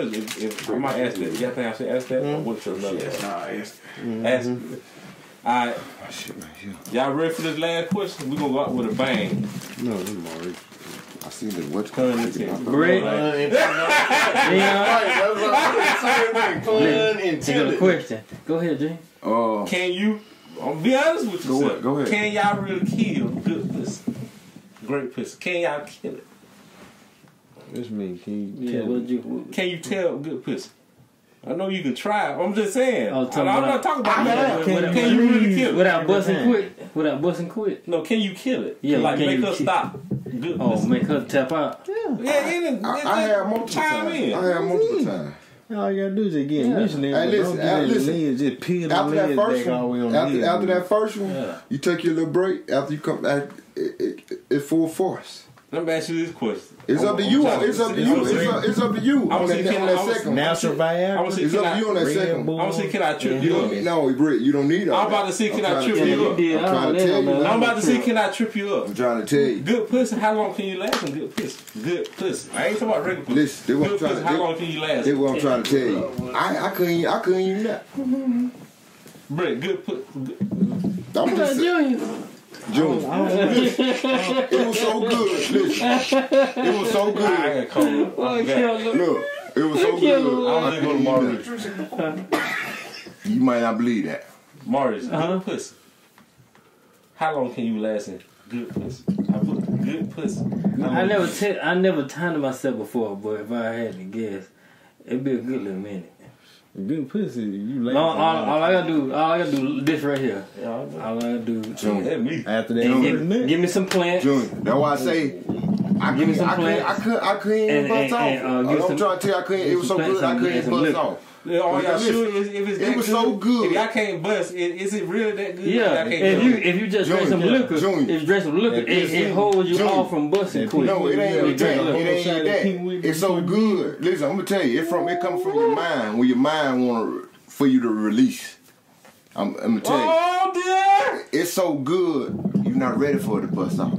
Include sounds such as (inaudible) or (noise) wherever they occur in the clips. I straight. might ask that. You got time to ask that? Mm-hmm. Or what's your number? Yes, nah, yes. Ask it. All right. Oh, shit right here. Y'all ready for this last question? We're going to go out with a bang. No, I'm already. I seen the what's Pun coming. intended. Great. All right. Dion, to Pun go to intended. question. Go ahead, Jay. Oh, Can you, I'll be honest with you, Go sir. ahead, go ahead. Can y'all really kill good pussy? Great pussy. Can y'all kill it? This mean, can you Yeah, tell what'd you? Can you tell good pussy? I know you can try. I'm just saying. Oh, I'm talking not about- talking about Yeah, that. what- Can, what- you really kill it? Without busting quit. Without busting quit. No, can you kill it? Yeah, like can make you her ki- stop. Good Oh, pussy. make her tap out. Yeah, it, it, I, it, I had multiple time times. in. I had multiple times. me? All you gotta do is just get Yeah. missionary. Hey, but listen, don't hey, get listen. legs, just peel the After that legs first back all the way one, on after, the after that first one, Yeah. you take your little break. After you come back, it, it, it full force. Let me ask you this question. It's up to I'm you. telling It's up to I'm you. It's saying- up, it's up to you oh, I on was that, thinking- on that I was- second one. Natural Viagra. I was It's thinking up to you on I- that Red second Bull. one. I was thinking I trip You you don't, up. no, Britt, you don't need all I'm about that. to see, can I trying to trip tell you up? I'm Yeah, trying to I tell don't you. know, man. I'm about to see, Trip. can I trip you up? I'm trying to tell you. Good pussy, how long can you last on good pussy? Good pussy. I ain't talking about regular pussy. Listen, they what I'm good trying pussy, to- how they- long can you last? That's what I'm trying to tell you. I, I couldn't. I couldn't even that. Brick, good pussy. I'm just Junior. Junior. It was so good. Listen, it was so I good. got cold. (laughs) Oh, I'm back. kill him. Look, it was so Thank you, good. Lord. I'm I gonna go to couldn't even Marius. that. You might not believe that. Marius, Uh-huh. good pussy. How long can you last in good pussy? I put good pussy. I never t- I never timed myself before, but if I had to guess, it'd be a good little minute. Good pussy. You lay All, all, all I gotta do, all I gotta do, this right here. Yeah, I know. All I gotta do. Junior, That me. after that And first give, nut. give me some plants. Junior. That's why I say. I Give couldn't, me some I couldn't, I plants. couldn't, I couldn't even And- bust and- off. and, uh, I'm give some- trying to tell you, I couldn't, it give was so some good, plants I and- couldn't and some bust liquor. off. Yeah, all y'all Listen, sure is if it's it that was so good. If y'all can't bust, i- is it really that good? Yeah, Y'all can't if bust? you if you just drink some Junior, liquor, Junior. if you drink some liquor, it, it holds you Junior. off from busting If quick. No, it ain't Yeah, that. look. It ain't that. It's so good. Listen, I'm gonna tell you, it from it coming from your mind when your mind want for you to release. I'm, I'm gonna tell Oh dear! you, it's so good. You're not ready for it to bust off.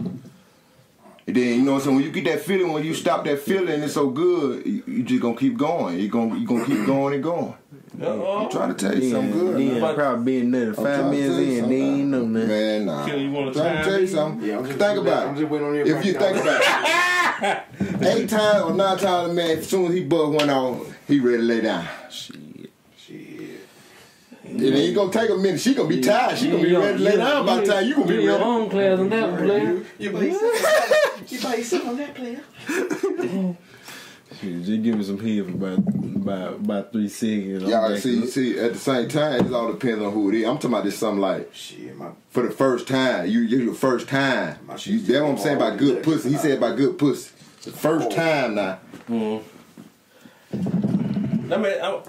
And then you know what I'm saying. When you get that feeling, when you stop that feeling, it's so good. You, you just gonna keep going. You gonna you gonna keep going and going. I'm Uh-oh. trying to tell you Then, something good. Then man. probably being there I'm five trying to minutes tell you in. Then something. ain't know nothing. Man, nah. Kill, you wanna Trying chime to tell you in? something. Yeah, I'm just think waiting- about it. I'm just waiting on you If right you now. think about it, (laughs) eight times or nine times a man, as soon as he bust one off, he ready to lay down. Shit. And it ain't gonna take a minute. She gonna be tired. She gonna be You- ready to lay you- down by the you- time you gonna be you your ready. own class on that one, player. You by yourself. (laughs) you by yourself on that player. Shit, Just give me some head for about about, about three seconds. I'm Y'all back see, up. see, at the same time, it all depends on who it is. I'm talking about this something like Shit, my for the first time. You, you the first time. You, that's what I'm saying about good pussy. He said about good pussy. The first time now. Let me. I'm,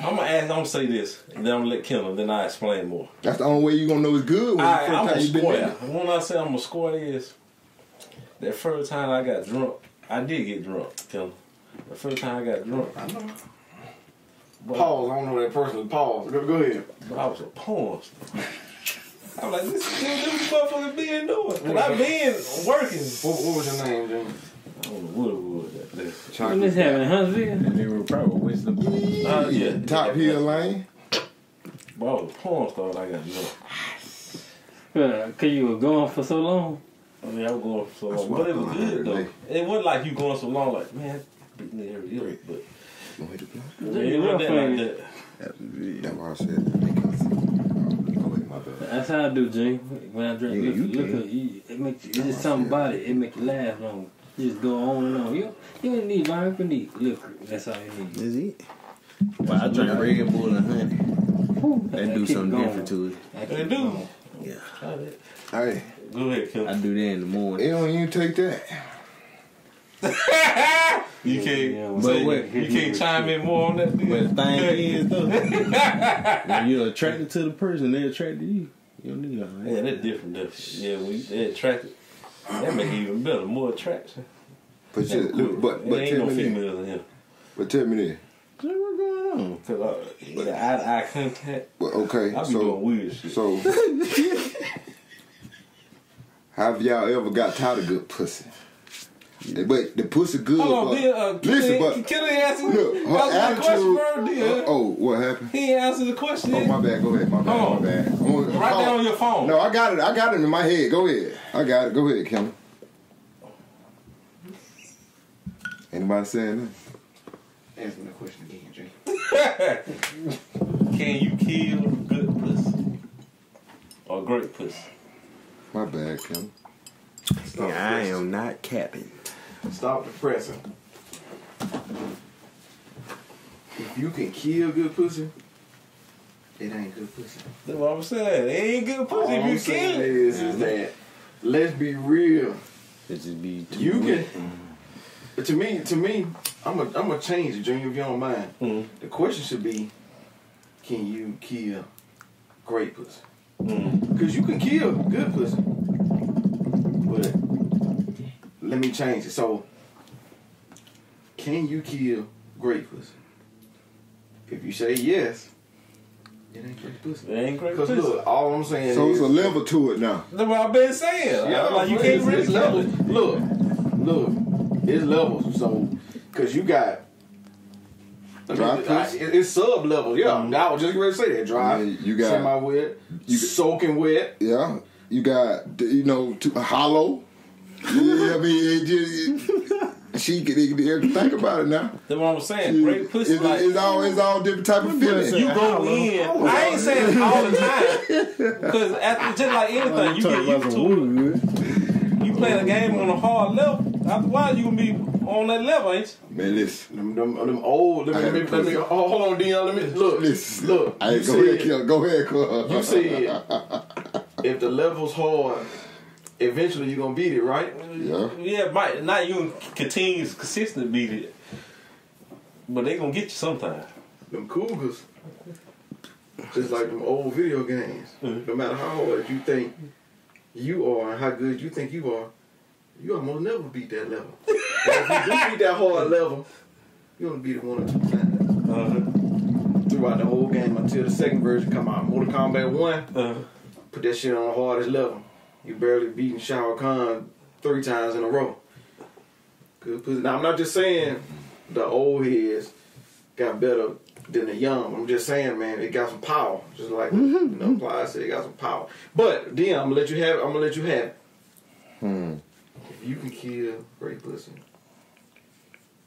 I'm gonna ask. I'm gonna say this, and then I'm gonna let Kendall. Then I explain more. That's the only way you gonna know it's good when I, the I'm gonna first time you been score. there. it. When I say I'm gonna score it is that first time I got drunk. I did get drunk, Kendall. The first time I got drunk, I know. but, Pause. I don't know that person. Pause. Go, go ahead. but I was a porn star. I'm like, this is this motherfucker been doing. And I've been working. What, what was your name, Jim? I don't know what it was. That, that. When this happened in Huntsville, And they were probably wasting the Uh, yeah. Top Hill Lane. But I was a porn star when I got drunk. uh, cause you were gone for so long. I mean, I was going so That's long, what but it I'm was doing good though. every day. It wasn't like you going so long, like man, I beat me every day, but it Yeah, wasn't that man. like that. That's why I said. that. Because- oh, go ahead, my bad. That's how I do, Jay. When I drink Yeah, liquor, you liquor you, it makes it's just something about it. It make you laugh long. You just go on and on. You you don't need wine. You need liquor. That's all you need. Is it? Well, I drink Red Bull and honey. That do Keep something going. different to it. I They keep do. going. Hey, Go ahead, Kim. I do that in the it morning. don't even take that. you can't. yeah, so well, but you- what- you can't chime in more on that. But the dude. thing is, (laughs) though, when you're attracted to the person, they're attracted to you. You don't need all that. yeah, that's different. Though. Yeah, we they attracted. That make it even better, more attraction. But shit, look, but There but ain't tell no me this. females in here. But tell me this. So what's going on? Cause I, yeah, eye to eye contact. Well, okay, I be doing uh, so weird shit. (laughs) so have y'all ever got tired of good pussy? But the pussy good. Hold on, but- then, uh, can listen, he- but can he answer? look, that her was my question attitude. for uh, oh, what happened? He ain't answered the question. Oh my bad. Go ahead. My bad. Hold on. My bad. I'm gonna- right there oh, on your phone. No, I got it. I got it in my head. Go ahead. I got it. Go ahead, Kim. Anybody saying that? Ask me the question again, Jay. Can you kill good pussy or great pussy? My bad, Kim. Stop I the am not capping. pressing. Stop the pressing. If you can kill good pussy, it ain't good pussy. That's what I'm saying. It ain't good All pussy I'm if you saying kill it. is, is that let's be real. It just be too You can. Mm-hmm. To me, to me, I'm a I'm a change it, Junior. If you don't mind, Mhm. the question should be, can you kill great pussy? Mm. Because you can kill good pussy, but let me change it. So, can you kill great pussy? If you say yes, it ain't great pussy. It ain't great Because pussy. look, all I'm saying So is it's a level to it now. That's what I've been saying. yeah, I'm like, you look, can't it's- really it's kill levels. it. Look, look, it's levels. So, cause you got. I mean, Dry I- pussy? it- it's sub levels. Yeah, I was just going to say that. Dry, Yeah, you got- semi wet, you- soaking wet. Yeah. You got you know to, hollow. Yeah, I mean, it just, it- she can it, it, think about it now. That's what I'm saying. It- Great pussy, it- like, it's all it's all different type of feeling. you go in. I ain't saying all the time. Because just like Oh, anything, you get used to it. You playing a game on a hard level. After a while, you gonna be on that level, ain't man, listen. Them, them, them old. Let I me, had let me, a let me pussy. oh, hold on, Dion. Let me look. Listen, look. I you go ahead, said- Kim. Go ahead, Kim. You said (laughs) if the level's hard, eventually you're gonna beat it, right? Yeah. you? Yeah, might not you continue consistent beat it, but they gonna get you sometime. Them cougars, just like them old video games. No matter how hard you think you are and how good you think you are, you almost never beat that level. And if you do beat that hard level, you only beat it one or two times Uh-huh. throughout the whole game until the second version come out. Mortal Kombat One. Uh-huh. put that shit on the hardest level. You barely beating Shao Kahn three times in a row. Good pussy. Now I'm not just saying the old heads got better than the young. I'm just saying, man, it got some power. Just like you know, Plies said, it got some power. But then I'm gonna let you have it. I'm gonna let you have it. Hmm. If you can kill great pussy.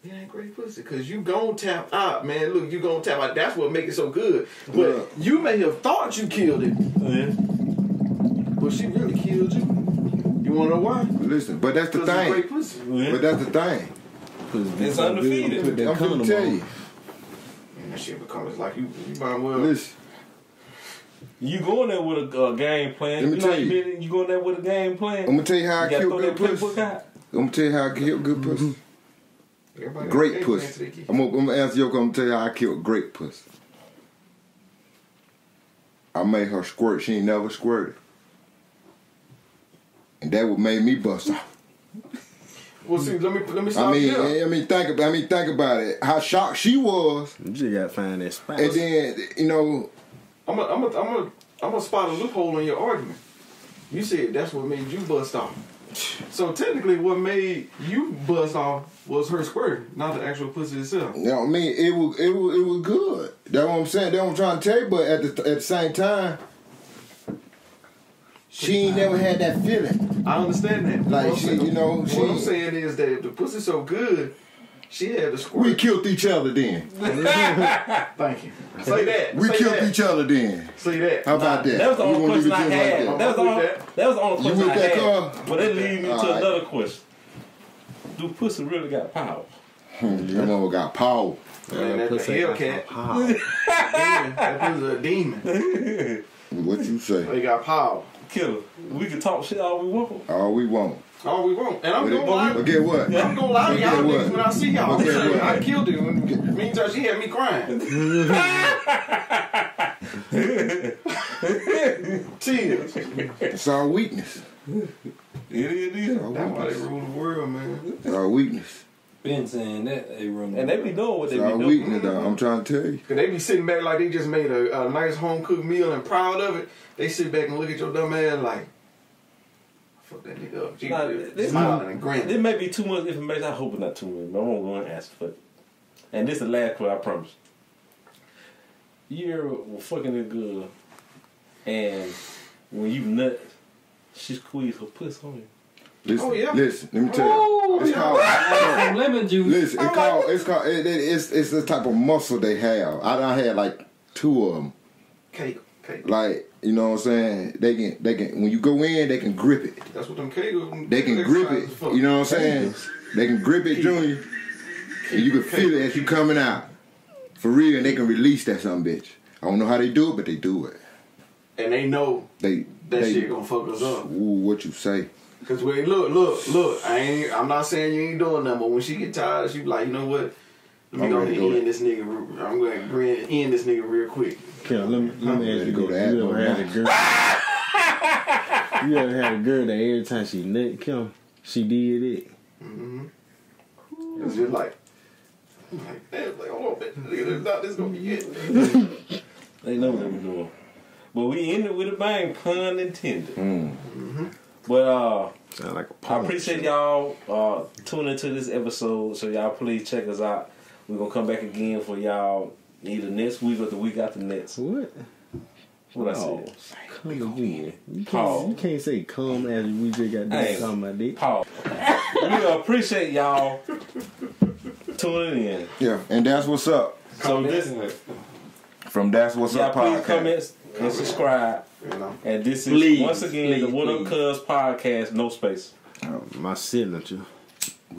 It ain't great pussy, cause you gon' tap out, man. Look, you gon' tap out. That's what make it so good. But Yeah. you may have thought you killed it, Yeah. but she really killed you. You wanna know why? Listen, but that's the Because it's great thing. pussy. But Yeah. that's the thing. It's undefeated. Put that I'm gonna condom tell on. you. And that shit becomes like you, you might well. Listen, You going there with a uh, game plan. Let me you know tell you. been- you going there with a game plan. I'm gonna tell you how I you gotta killed throw good that playbook pussy. out. I'm gonna tell you how I killed good pussy. Everybody Great everybody pussy. answer that I'm gonna, I'm gonna answer your. I'm gonna tell you how I killed great pussy. I made her squirt. She ain't never squirted, and that would made me bust off. Well, see, let me let me I stop mean, there. I mean, think about. I mean, think about it. How shocked she was, You just gotta find that spot. and then you know, I'm gonna I'm gonna I'm gonna I'm gonna spot a loophole in your argument. You said that's what made you bust off. So technically, what made you bust off was her squirt, not the actual pussy itself. you know what I mean. It was, it was, it was good. That's what I'm saying. That's what I'm trying to tell you. But at the at the same time, she ain't never had that feeling. I understand that. Like, What I'm she- saying- you know, what she- I'm saying is that if the pussy's so good, she had the squirt. We killed each other then. Thank you. Say that. We say killed that. each other then. Say that. How about that? That was the We only gonna leave it question I just like had. that. That was the You only, with that? that was the only You question I with that, had. Carl? But that leads me to Alright. another question. Do pussy really got power? That mother got power. Man, That that's a pussy got some Hellcat. power. Demon. (laughs) That pussy's a demon. What you say? They got power. Killer. We can talk shit all we want. All we want. All Oh, we want. And I'm But, it, gonna lie. but get what? I'm gonna lie to But get y'all niggas what? when I see y'all. I'm But get telling you, what? I killed it. When, meantime, she had me crying. (laughs) Tears. It's our weakness. It is, it is. Our That's why they weakness. rule the world, man. It's our weakness. Been saying that they run. And they be doing what they It's be our doing. weakness, dog. I'm trying to tell you. Cause they be sitting back like they just made a, a nice home cooked meal and proud of it. They sit back and look at your dumb ass like, fuck that nigga up. G Nah, Griff, this- smiling and grinning. This may be too much information. I hope it's not too much, but I won't go and ask for it. And this is the last quote, I promise. You ever were fucking a girl, and when you nut, she squeezed her puss on you. Listen, Oh, yeah. listen, let me tell you. It's called, Some lemon juice. listen, it's called, it's called, it, it, it's, it's the type of muscle they have. I done had like two of them. Kegel, Kegel. Like, you know what I'm saying? They can, they can, when you go in, they can grip it. That's what them Kegel. them They can Kegel grip exercises it. for. You know what I'm saying? They can grip it, Junior. And you can feel it as you coming out. For real, and they can release that some bitch. I don't know how they do it, but they do it. And they know They that they, shit gonna fuck us Ooh, up. what you say? Cause wait, look, look, look. I ain't. I'm not saying you ain't doing nothing, but when she get tired, she be like, you know what? Let me I'm go ready ahead to and go. end this nigga. re- I'm gonna grin- end this nigga real quick. Okay, let me let me Ready ask to you go to this. You Apple ever had a girl? you ever had a girl that every time she nut Kim, she did it? It's just like, like, damn, like, hold on, bitch. Nigga, This this gonna be it. They know what we're doing. But we ended with a bang, pun intended. Hmm. Mm. But uh, Sound like a I punk. appreciate y'all uh, tuning into this episode. So y'all please check us out. We're gonna come back again for y'all either next week or the week after next. What? What I Oh, said. come again. You Paul. can't, you can't say come after we just got Hey. done talking about dick. Paul. we appreciate y'all tuning in. Yeah, and that's what's up. So this From that's what's y'all up please podcast. comment and subscribe. You know, And this is Please, once again the please, What Up Cuz podcast, no space. My signature.